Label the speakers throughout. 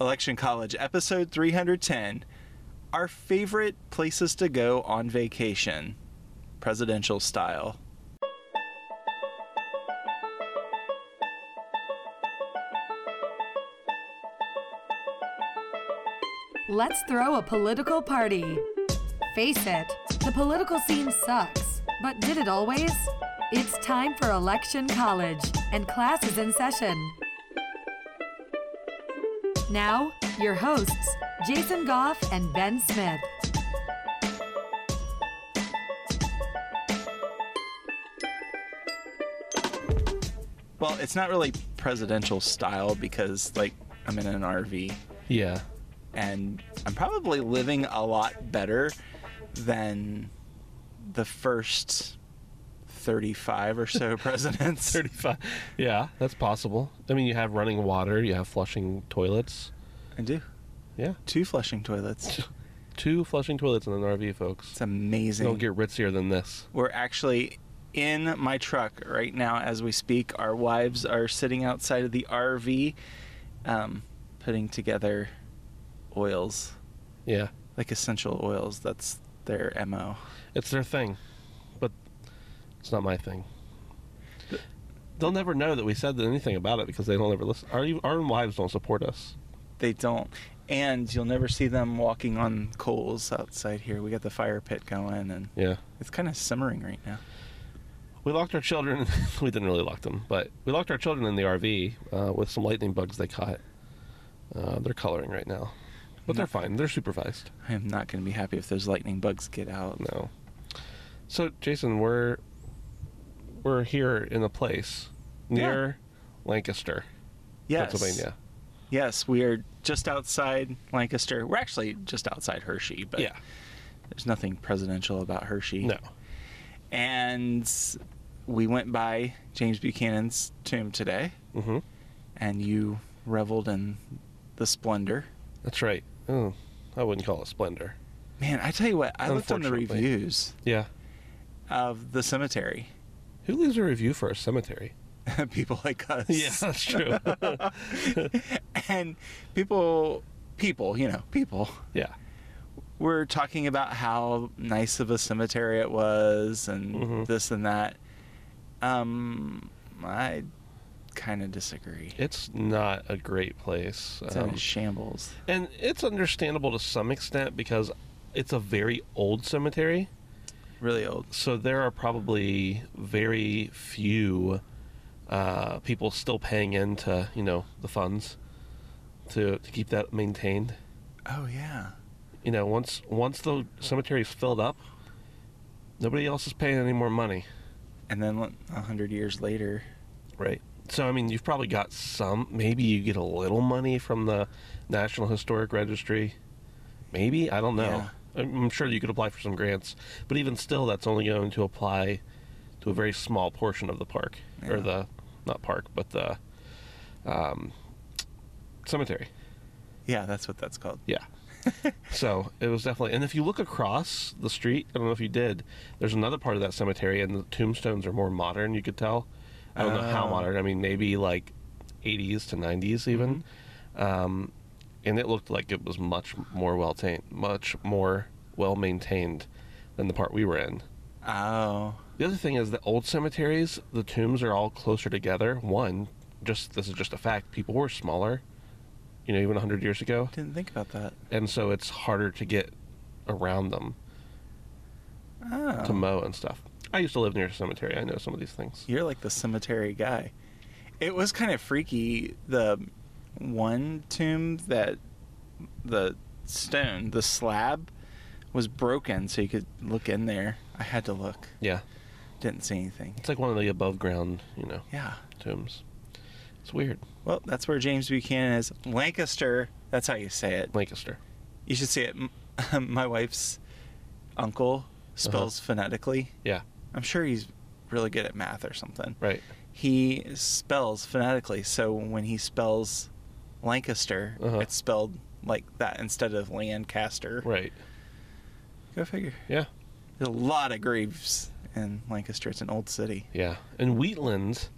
Speaker 1: Election College, episode 310. Our favorite places to go on vacation, presidential style.
Speaker 2: Let's throw a political party. Face it, the political scene sucks, but did it always? It's time for Election College, and class is in session. Now, your hosts, Jason Goff and Ben Smith.
Speaker 1: Well, it's not really presidential style because, like, I'm in an RV
Speaker 3: Yeah.
Speaker 1: and I'm probably living a lot better than the first 35 or so presidents.
Speaker 3: 35. Yeah, that's possible. I mean, you have running water, you have flushing toilets.
Speaker 1: I do.
Speaker 3: Yeah.
Speaker 1: Two flushing toilets.
Speaker 3: Two flushing toilets in an RV, folks.
Speaker 1: It's amazing.
Speaker 3: Don't get ritzier than this.
Speaker 1: We're actually in my truck right now as we speak. Our wives are sitting outside of the RV, um, putting together oils,
Speaker 3: Yeah.
Speaker 1: like essential oils. That's their MO.
Speaker 3: It's their thing, but it's not my thing. They'll never know that we said anything about it because they don't ever listen. Our, our wives don't support us.
Speaker 1: They don't. And you'll never see them walking on coals outside here. We got the fire pit going, and
Speaker 3: Yeah.
Speaker 1: it's kind of simmering right now.
Speaker 3: We locked our children. we didn't really lock them, but we locked our children in the RV uh, with some lightning bugs they caught. Uh, they're coloring right now, but they're fine. They're supervised.
Speaker 1: I am not going to be happy if those lightning bugs get out.
Speaker 3: No. So, Jason, we're we're here in a place near Lancaster,
Speaker 1: Yes.
Speaker 3: Pennsylvania.
Speaker 1: Yes, we are just outside Lancaster. We're actually just outside Hershey, but
Speaker 3: yeah.
Speaker 1: there's nothing presidential about Hershey.
Speaker 3: No.
Speaker 1: And we went by James Buchanan's tomb today,
Speaker 3: Mm-hmm.
Speaker 1: and you reveled in the splendor.
Speaker 3: That's right. Oh, I wouldn't call it splendor.
Speaker 1: Man, I tell you what, I looked on the
Speaker 3: Unfortunately.
Speaker 1: reviews
Speaker 3: Yeah.
Speaker 1: of the cemetery.
Speaker 3: Who leaves a review for a cemetery?
Speaker 1: people like us.
Speaker 3: that's true.
Speaker 1: and people, people, you know, people
Speaker 3: yeah.
Speaker 1: were talking about how nice of a cemetery it was and
Speaker 3: Mhm.
Speaker 1: this and that. Um, I kind of disagree.
Speaker 3: It's not a great place.
Speaker 1: It's
Speaker 3: Um,
Speaker 1: in shambles.
Speaker 3: And it's understandable to some extent because it's a very old cemetery.
Speaker 1: Really old.
Speaker 3: So there are probably very few uh, people still paying into, you know, the funds to, to keep that maintained.
Speaker 1: Oh yeah.
Speaker 3: You know, once once the cemetery is filled up, nobody else is paying any more money.
Speaker 1: And then like, a hundred years later,
Speaker 3: Right. So I mean, you've probably got some. Maybe you get a little money from the National Historic Registry. Maybe I don't know. I'm I'm sure you could apply for some grants, but even still, that's only going to apply to a very small portion of the park
Speaker 1: Yeah.
Speaker 3: or the not park, but the um, cemetery.
Speaker 1: yeah, that's what that's called.
Speaker 3: Yeah. so it was definitely. And if you look across the street, I don't know if you did, there's another part of that cemetery, and the tombstones are more modern, you could tell. I don't know how
Speaker 1: Oh.
Speaker 3: modern. I mean, maybe like 80s to 90s, even. Um, and it looked like it was much more well tained, much more well maintained than the part we were in.
Speaker 1: Oh,
Speaker 3: The other thing is the old cemeteries, the tombs are all closer together. One, just this is just a fact, people were smaller, you know, even 100 years ago
Speaker 1: didn't think about that.
Speaker 3: and so it's harder to get around them
Speaker 1: Oh.
Speaker 3: to mow and stuff. I used to live near a cemetery. I know some of these things.
Speaker 1: You're like the cemetery guy. It was kind of freaky. The one tomb that the stone, the slab, was broken, so you could look in there. I had to look.
Speaker 3: Yeah,
Speaker 1: Didn't see anything.
Speaker 3: it's like one of the above ground, you know,
Speaker 1: Yeah.
Speaker 3: tombs. It's weird.
Speaker 1: Well, that's where James Buchanan is. Lancaster. That's how you say it.
Speaker 3: Lancaster.
Speaker 1: You should see it. M- My wife's uncle spells phonetically.
Speaker 3: Yeah,
Speaker 1: I'm sure he's really good at math or something.
Speaker 3: right.
Speaker 1: he spells phonetically. So when he spells Lancaster,
Speaker 3: Uh-huh.
Speaker 1: it's spelled like that instead of Lancaster.
Speaker 3: Right.
Speaker 1: Go figure.
Speaker 3: Yeah.
Speaker 1: There's a lot of graves in Lancaster. It's an old city.
Speaker 3: Yeah. And Wheatland,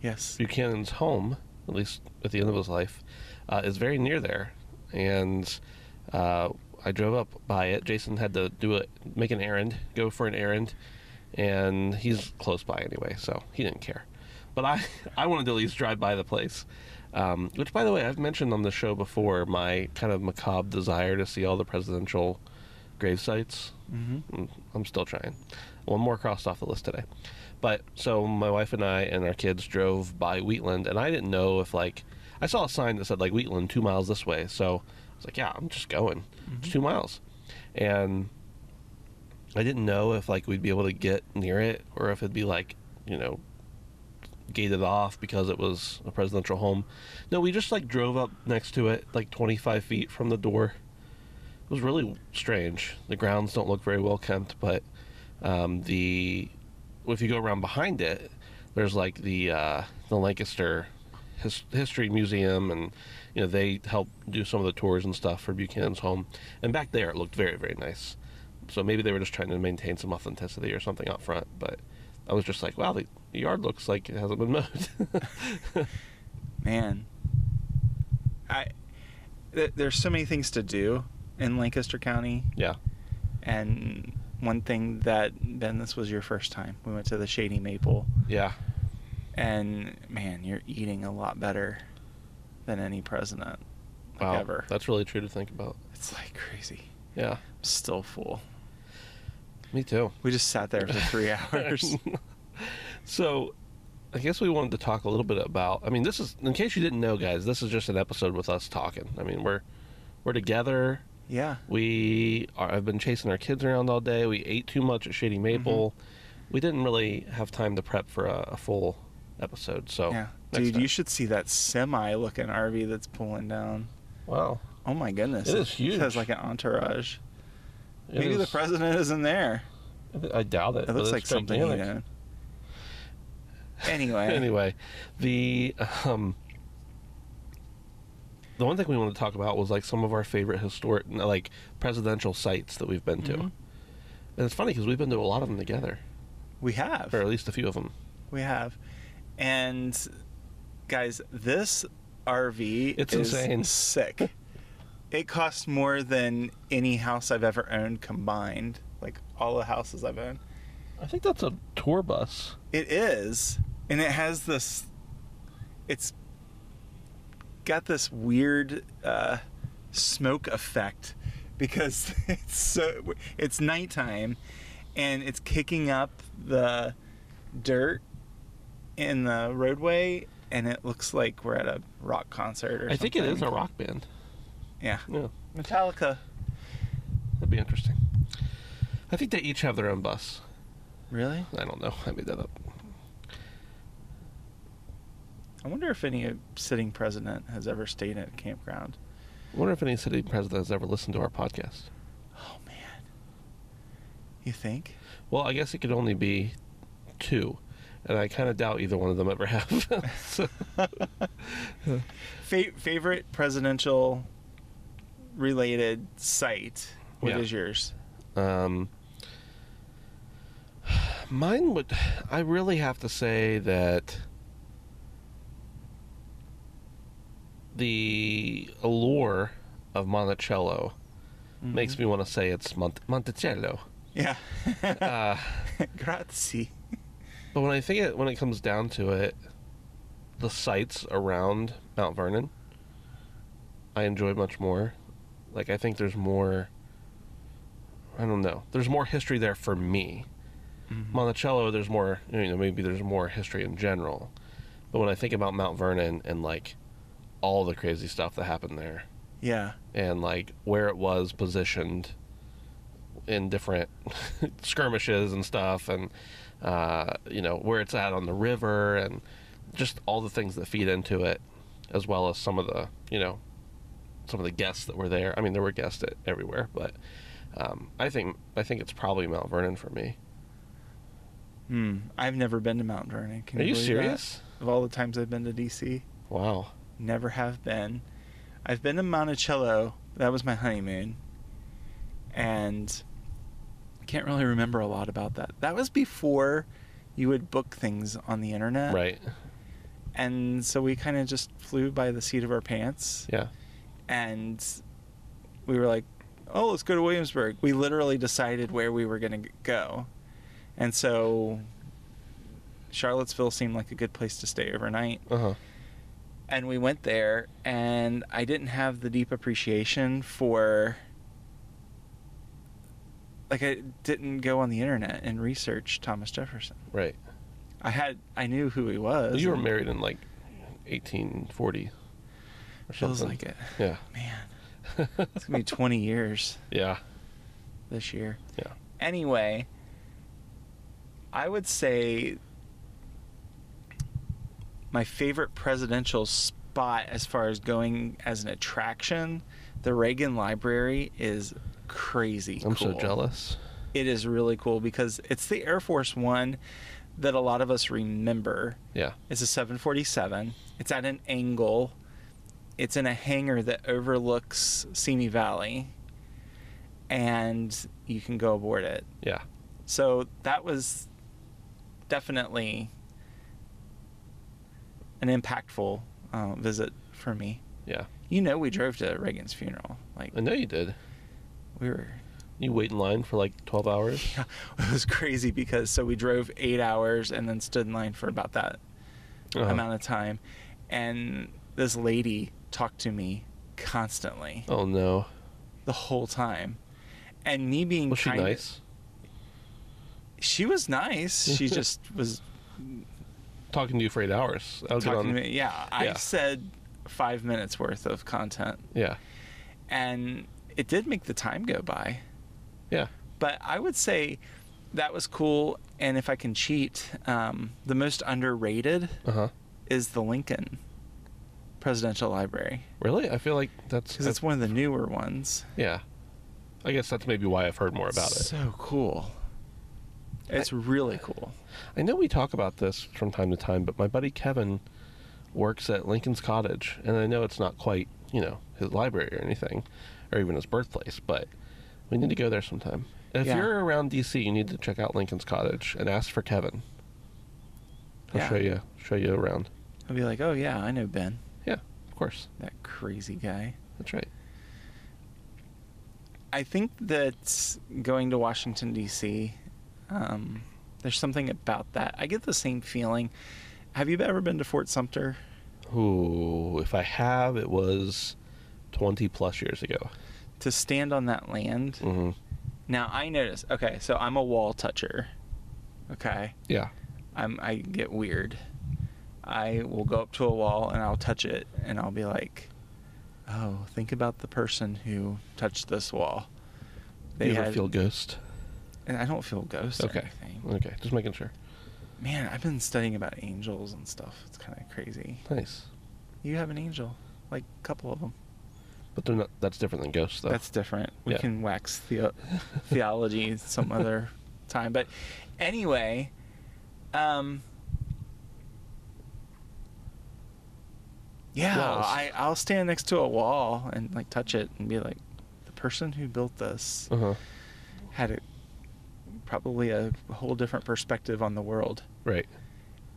Speaker 1: Yes.
Speaker 3: Buchanan's home, at least at the end of his life, uh, is very near there, and uh, I drove up by it. Jason had to do a make an errand, go for an errand, and he's close by anyway, so he didn't care. But I I wanted to at least drive by the place. Um, which, by the way, I've mentioned on the show before my kind of macabre desire to see all the presidential grave sites. Mm, I'm still trying. One more crossed off the list today. But so my wife and I and our kids drove by Wheatland, and I didn't know if like I saw a sign that said like Wheatland two miles this way. So I was like, yeah, I'm just going. It's two miles, and I didn't know if like we'd be able to get near it or if it'd be like you know gated off because it was a presidential home. No, we just like drove up next to it, like 25 feet from the door. It was really strange. The grounds don't look very well kept, but um, the if you go around behind it, there's like the uh, the Lancaster His- History Museum, and you know they help do some of the tours and stuff for Buchanan's home. And back there, it looked very very nice. So maybe they were just trying to maintain some authenticity or something out front, but. I was just like, wow, the the yard looks like it hasn't been mowed.
Speaker 1: Man, I th- there's so many things to do in Lancaster County,
Speaker 3: yeah.
Speaker 1: and one thing that Ben, this was your first time. We went to the Shady Maple,
Speaker 3: Yeah.
Speaker 1: and man, you're eating a lot better than any president like,
Speaker 3: Wow.
Speaker 1: ever.
Speaker 3: That's really true to think about.
Speaker 1: It's like crazy.
Speaker 3: Yeah.
Speaker 1: I'm still full.
Speaker 3: Me too.
Speaker 1: We just sat there for three hours.
Speaker 3: So I guess we wanted to talk a little bit about I mean, this is in case you didn't know, guys, this is just an episode with us talking. I mean, we're we're together.
Speaker 1: yeah.
Speaker 3: We are I've been chasing our kids around all day. We ate too much at
Speaker 1: Mm-hmm.
Speaker 3: Shady Maple. We didn't really have time to prep for a, a full episode. So
Speaker 1: Yeah.
Speaker 3: Oh, next
Speaker 1: Dude,
Speaker 3: time.
Speaker 1: you should see that semi looking RV that's pulling down.
Speaker 3: wow.
Speaker 1: Oh my goodness.
Speaker 3: It is
Speaker 1: It has
Speaker 3: huge.
Speaker 1: like an entourage.
Speaker 3: It
Speaker 1: Maybe the
Speaker 3: is-
Speaker 1: president is in there.
Speaker 3: I doubt it.
Speaker 1: That
Speaker 3: but
Speaker 1: looks
Speaker 3: it's
Speaker 1: like something he
Speaker 3: gigantic.
Speaker 1: did. Anyway,
Speaker 3: anyway, the um, the one thing we want to talk about was like some of our favorite historic, like presidential sites that we've been to,
Speaker 1: Mhm.
Speaker 3: and it's funny because we've been to a lot of them together,
Speaker 1: we have.
Speaker 3: or at least a few of them.
Speaker 1: We have. And guys, this RV
Speaker 3: It's
Speaker 1: is
Speaker 3: insane.
Speaker 1: sick. it costs more than any house I've ever owned combined, like all the houses I've owned.
Speaker 3: I think that's a tour bus.
Speaker 1: It is, and it has this. It's got this weird uh, smoke effect because it's so it's nighttime, and it's kicking up the dirt in the roadway, and it looks like we're at a rock concert or
Speaker 3: I
Speaker 1: something.
Speaker 3: think it is a rock band.
Speaker 1: Yeah,
Speaker 3: Yeah,
Speaker 1: Metallica.
Speaker 3: that'd be interesting. I think they each have their own bus.
Speaker 1: Really?
Speaker 3: I don't know. I made that up.
Speaker 1: I wonder if any sitting president has ever stayed at a campground.
Speaker 3: I wonder if any city president has ever listened to our podcast.
Speaker 1: Oh man, you think?
Speaker 3: Well, I guess it could only be two, and I kind of doubt either one of them ever have. So-
Speaker 1: Fa- favorite presidential related site? What is
Speaker 3: Yeah.
Speaker 1: yours?
Speaker 3: Um, mine would. I really have to say that the allure of Monticello makes me want to say it's Mont- Monticello.
Speaker 1: Mm-hmm. Yeah.
Speaker 3: Uh,
Speaker 1: Grazie.
Speaker 3: but when I think it, when it comes down to it, the sites around Mount Vernon, I enjoy much more. Like I think there's more. I don't know. There's more history there for me. Monticello, there's more. You know, maybe there's more history in general. But when I think about Mount Vernon and like all the crazy stuff that happened there,
Speaker 1: Yeah.
Speaker 3: and like where it was positioned in different skirmishes and stuff and uh, you know where it's at on the river and just all the things that feed into it as well as some of the you know some of the guests that were there i mean there were guests at everywhere but um, i think i think it's probably mount vernon for me
Speaker 1: Hmm. I've never been to Mount Vernon. Can
Speaker 3: are you
Speaker 1: believe that?
Speaker 3: serious
Speaker 1: Of all the times I've been to DC,
Speaker 3: wow
Speaker 1: never have been. I've been to Monticello. That was my honeymoon. And can't really remember a Uh, lot about that. That was before you would book things on the internet.
Speaker 3: right
Speaker 1: and so we kind of just flew by the seat of our pants
Speaker 3: Yeah.
Speaker 1: and we were like, "Oh, let's go to Williamsburg." We literally decided where we were going to go, and so Charlottesville seemed like a good place to stay overnight.
Speaker 3: Uh huh.
Speaker 1: And we went there, and I didn't have the deep appreciation for. Like I didn't go on the internet and research Thomas Jefferson.
Speaker 3: Right.
Speaker 1: I had I knew who he was.
Speaker 3: you were
Speaker 1: and
Speaker 3: married in like 1840 or something.
Speaker 1: Feels like it,
Speaker 3: Yeah.
Speaker 1: man. It's gonna be twenty years
Speaker 3: yeah.
Speaker 1: this year.
Speaker 3: Yeah.
Speaker 1: anyway, I would say my favorite presidential spot as far as going as an attraction, the Reagan Library is crazy.
Speaker 3: I'm so
Speaker 1: cool.
Speaker 3: jealous.
Speaker 1: It is really cool because it's the Air Force One that a lot of us remember.
Speaker 3: Yeah.
Speaker 1: It's a 747. It's at an angle. It's in a hangar that overlooks Simi Valley, and you can go aboard it.
Speaker 3: Yeah.
Speaker 1: So that was definitely an impactful uh, visit for me.
Speaker 3: Yeah.
Speaker 1: You know, we drove to Reagan's funeral. Like
Speaker 3: I know you did.
Speaker 1: we were,
Speaker 3: You wait in line for like 12 hours.
Speaker 1: it was crazy because so we drove eight hours and then stood in line for about that
Speaker 3: Uh-huh.
Speaker 1: amount of time, and this lady talked to me constantly
Speaker 3: Oh no.
Speaker 1: the whole time, and me being
Speaker 3: Was she
Speaker 1: kind
Speaker 3: nice?
Speaker 1: she was nice. She just was
Speaker 3: Talking to you for eight hours. I'll get
Speaker 1: talking
Speaker 3: Oh, on.
Speaker 1: to me. Yeah, I
Speaker 3: Yeah.
Speaker 1: said five minutes worth of content,
Speaker 3: Yeah.
Speaker 1: and it did make the time go by.
Speaker 3: Yeah.
Speaker 1: But I would say that was cool. And if I can cheat, um, the most underrated
Speaker 3: Uh huh.
Speaker 1: is the Lincoln Presidential Library
Speaker 3: Really? I feel like that's.
Speaker 1: because it's one of the newer ones.
Speaker 3: yeah. I guess that's maybe why I've heard more about it.
Speaker 1: So cool. It's really cool.
Speaker 3: I know we talk about this from time to time, but my buddy Kevin works at Lincoln's Cottage, and I know it's not quite, you know, his library or anything, or even his birthplace, but we need to go there sometime. If
Speaker 1: Yeah.
Speaker 3: you're around DC, you need to check out Lincoln's Cottage and ask for Kevin. He'll
Speaker 1: Yeah.
Speaker 3: show you show you around.
Speaker 1: I'll be like, oh yeah, I know Ben,
Speaker 3: Yeah, of course.
Speaker 1: that crazy guy.
Speaker 3: That's right.
Speaker 1: I think that going to Washington D.C., um, there's something about that. I get the same feeling. Have you ever been to Fort Sumter?
Speaker 3: Ooh, if I have, it was 20 plus years ago.
Speaker 1: To stand on that land.
Speaker 3: hmm
Speaker 1: Now I notice. Okay, so I'm a wall toucher. Okay,
Speaker 3: Yeah.
Speaker 1: I'm. I get weird. I will go up to a wall and I'll touch it and I'll be like, "Oh, think about the person who touched this wall."
Speaker 3: you ever
Speaker 1: had-
Speaker 3: feel ghost?
Speaker 1: and I don't feel ghosts or
Speaker 3: Okay.
Speaker 1: anything.
Speaker 3: Okay, just making sure.
Speaker 1: Man, I've been studying about angels and stuff. It's kind of crazy.
Speaker 3: Nice.
Speaker 1: You have an angel, like a couple of them.
Speaker 3: But they're not. That's different than ghosts, though.
Speaker 1: That's different. We
Speaker 3: Yeah.
Speaker 1: can wax the- theology some other time. But anyway, um, yeah,
Speaker 3: Walls.
Speaker 1: I, I'll stand next to a wall and like touch it and be like, the person who built this
Speaker 3: Uh huh.
Speaker 1: had a, probably a whole different perspective on the world.
Speaker 3: Right.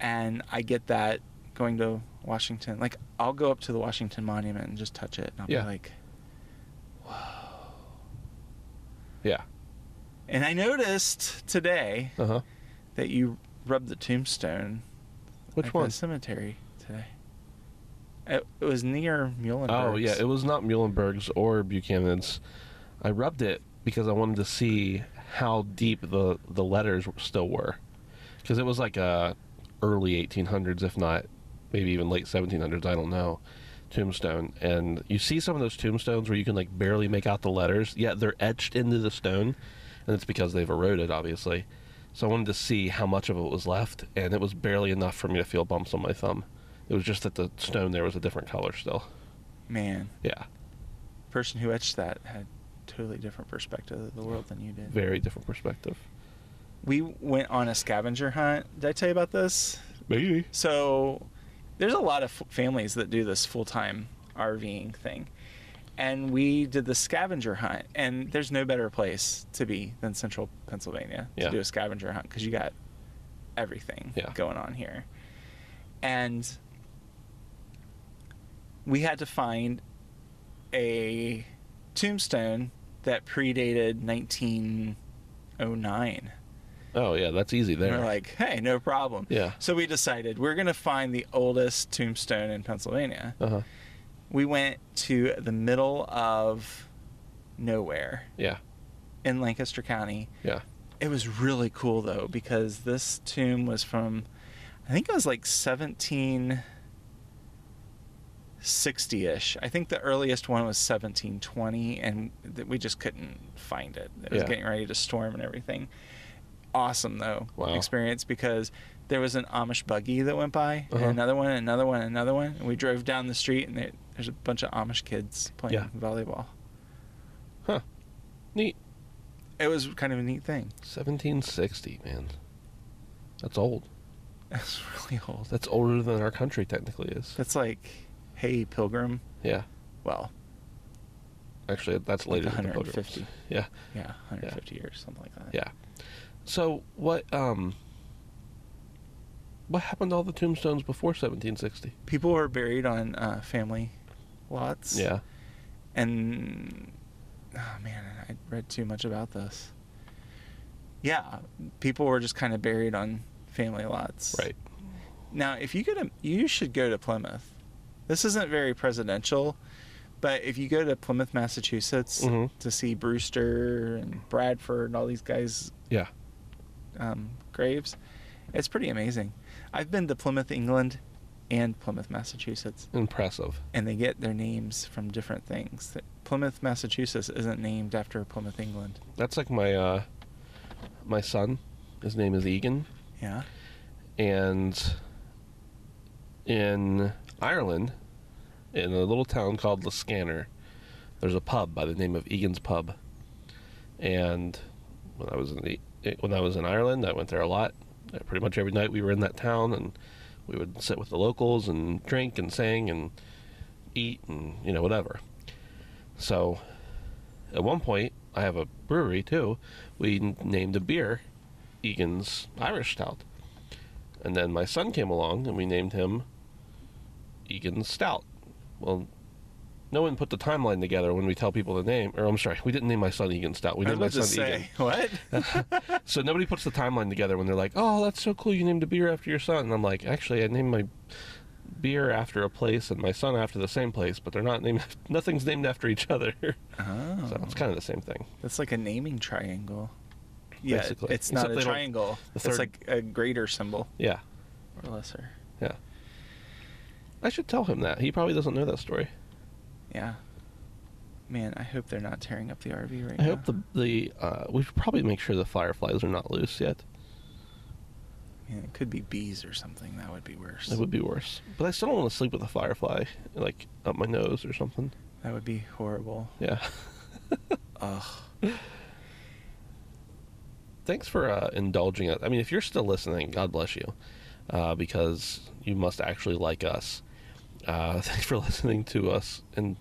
Speaker 1: and I get that going to Washington. Like I'll go up to the Washington Monument and just touch it, and I'll
Speaker 3: Yeah.
Speaker 1: be like,
Speaker 3: Yeah.
Speaker 1: and I noticed today
Speaker 3: Uh huh.
Speaker 1: that you rubbed the tombstone.
Speaker 3: Which
Speaker 1: at
Speaker 3: one?
Speaker 1: The cemetery today. It, it was near Muhlenberg.
Speaker 3: Oh yeah, it was not Muhlenberg's or Buchanan's. I rubbed it because I wanted to see how deep the the letters still were, because it was like a early 1800s, if not maybe even late 1700s. I don't know. Tombstone, and you see some of those tombstones where you can like barely make out the letters, yet they're etched into the stone, and it's because they've eroded, obviously. So I wanted to see how much of it was left, and it was barely enough for me to feel bumps on my thumb. It was just that the stone there was a different color still.
Speaker 1: man.
Speaker 3: Yeah,
Speaker 1: Person who etched that had totally different perspective of the world than you did.
Speaker 3: very different perspective.
Speaker 1: We went on a scavenger hunt. Did I tell you about this?
Speaker 3: Maybe.
Speaker 1: So there's a lot of f- families that do this full time RVing thing. And we did the scavenger hunt, and there's no better place to be than central Pennsylvania
Speaker 3: Yeah.
Speaker 1: to do a scavenger hunt because you got everything
Speaker 3: Yeah.
Speaker 1: going on here. And we had to find a tombstone that predated 1909.
Speaker 3: Oh yeah, that's easy
Speaker 1: And
Speaker 3: there.
Speaker 1: we're like, hey, no problem.
Speaker 3: Yeah.
Speaker 1: So we decided we're going to find the oldest tombstone in Pennsylvania.
Speaker 3: uh-huh.
Speaker 1: We went to the middle of nowhere
Speaker 3: Yeah.
Speaker 1: in Lancaster County.
Speaker 3: Yeah.
Speaker 1: It was really cool though because this tomb was from I think it was like 1760 ish. I think the earliest one was 1720 and th- we just couldn't find it. It was
Speaker 3: Yeah.
Speaker 1: getting ready to storm and everything. Awesome though
Speaker 3: Wow.
Speaker 1: experience because there was an Amish buggy that went by, and
Speaker 3: Uh-huh.
Speaker 1: another one, and another one, and another one. And we drove down the street and there, there's a bunch of Amish kids playing
Speaker 3: Yeah.
Speaker 1: volleyball.
Speaker 3: Neat.
Speaker 1: It was kind of a neat thing.
Speaker 3: 1760, man. That's old.
Speaker 1: That's really old.
Speaker 3: That's older than our country technically is.
Speaker 1: That's like, hey, Pilgrim.
Speaker 3: Yeah.
Speaker 1: Well,
Speaker 3: Actually, that's
Speaker 1: like
Speaker 3: later than the Pilgrims.
Speaker 1: 150.
Speaker 3: Yeah.
Speaker 1: Yeah, 150 years, something like that.
Speaker 3: Yeah. So what um what happened to all the tombstones before 1760?
Speaker 1: People were buried on uh, family lots.
Speaker 3: Yeah.
Speaker 1: And, oh man, I read too much about this. Yeah, people were just kind of buried on family lots.
Speaker 3: Right.
Speaker 1: Now, if you go to, you should go to Plymouth. This isn't very presidential, but if you go to Plymouth, Massachusetts,
Speaker 3: Mhm.
Speaker 1: to see Brewster and Bradford and all these guys'
Speaker 3: Yeah.
Speaker 1: um, graves, it's pretty amazing. I've been to Plymouth, England, and Plymouth, Massachusetts,
Speaker 3: Impressive.
Speaker 1: and they get their names from different things. That- Plymouth, Massachusetts, isn't named after Plymouth, England.
Speaker 3: That's like my uh my son. His name is Egan.
Speaker 1: Yeah.
Speaker 3: and in Ireland, in a little town called Liscanor, there's a pub by the name of Egan's Pub. And when I was in the, when I was in Ireland, I went there a lot. Uh, Pretty much every night we were in that town, and we would sit with the locals and drink and sing and eat and you know whatever. So, at one point, I have a brewery too. We n- named a beer Egan's Irish Stout. And then my son came along and we named him Egan Stout. Well, no one put the timeline together when we tell people the name. Or I'm sorry, we didn't name my son Egan Stout. We
Speaker 1: I
Speaker 3: named my
Speaker 1: was
Speaker 3: son
Speaker 1: about to say, what?
Speaker 3: Egan. So nobody puts the timeline together when they're like, "Oh, that's so cool! You named a beer after your son." And I'm like, "Actually, I named my beer after a place and my son after the same place, but they're not named. Nothing's named after each other.
Speaker 1: oh,
Speaker 3: So it's kind of the same thing."
Speaker 1: that's like a naming triangle. Yeah,
Speaker 3: Basically.
Speaker 1: it's not
Speaker 3: Except they
Speaker 1: a
Speaker 3: don't-
Speaker 1: triangle.
Speaker 3: the
Speaker 1: It's
Speaker 3: third-
Speaker 1: like a greater symbol
Speaker 3: Yeah,
Speaker 1: or lesser.
Speaker 3: yeah. I should tell him that. He probably doesn't know that story.
Speaker 1: Yeah. Man, I hope they're not tearing up the RV right
Speaker 3: I
Speaker 1: now.
Speaker 3: hope the the uh, we should probably make sure the fireflies are not loose yet.
Speaker 1: Man, it could be bees or something. That would be worse.
Speaker 3: That would be worse. But I still don't want to sleep with a firefly like up my nose or something.
Speaker 1: That would be horrible.
Speaker 3: Yeah.
Speaker 1: Ugh.
Speaker 3: Thanks for uh, indulging us. I mean, if you're still listening, God bless you, uh, because you must actually like us. Uh, thanks for listening to us and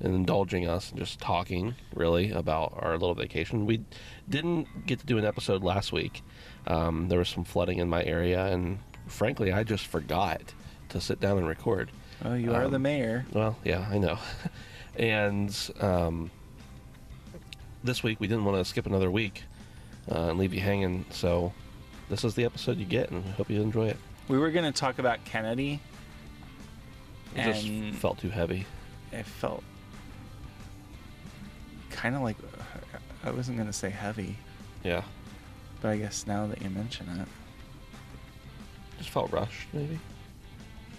Speaker 3: and indulging us and just talking really about our little vacation. We didn't get to do an episode last week. Um, there was some flooding in my area, and frankly, I just forgot to sit down and record.
Speaker 1: Oh, you are the
Speaker 3: Um,
Speaker 1: mayor.
Speaker 3: Well, yeah, I know. and um, this week we didn't want to skip another week uh, and leave you hanging. So this is the episode you get, and I hope you enjoy it.
Speaker 1: We were going to talk about Kennedy.
Speaker 3: It
Speaker 1: And-
Speaker 3: just felt too heavy.
Speaker 1: It felt kind of like I wasn't going to say heavy,
Speaker 3: Yeah,
Speaker 1: but I guess now that you mention it,
Speaker 3: just felt rushed. Maybe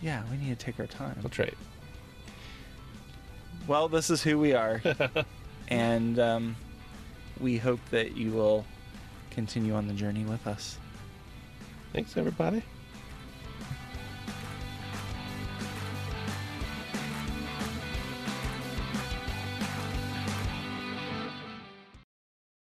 Speaker 1: yeah, we need to take our time.
Speaker 3: that's right.
Speaker 1: Well, this is who we are, and um, we hope that you will continue on the journey with us.
Speaker 3: Thanks, everybody.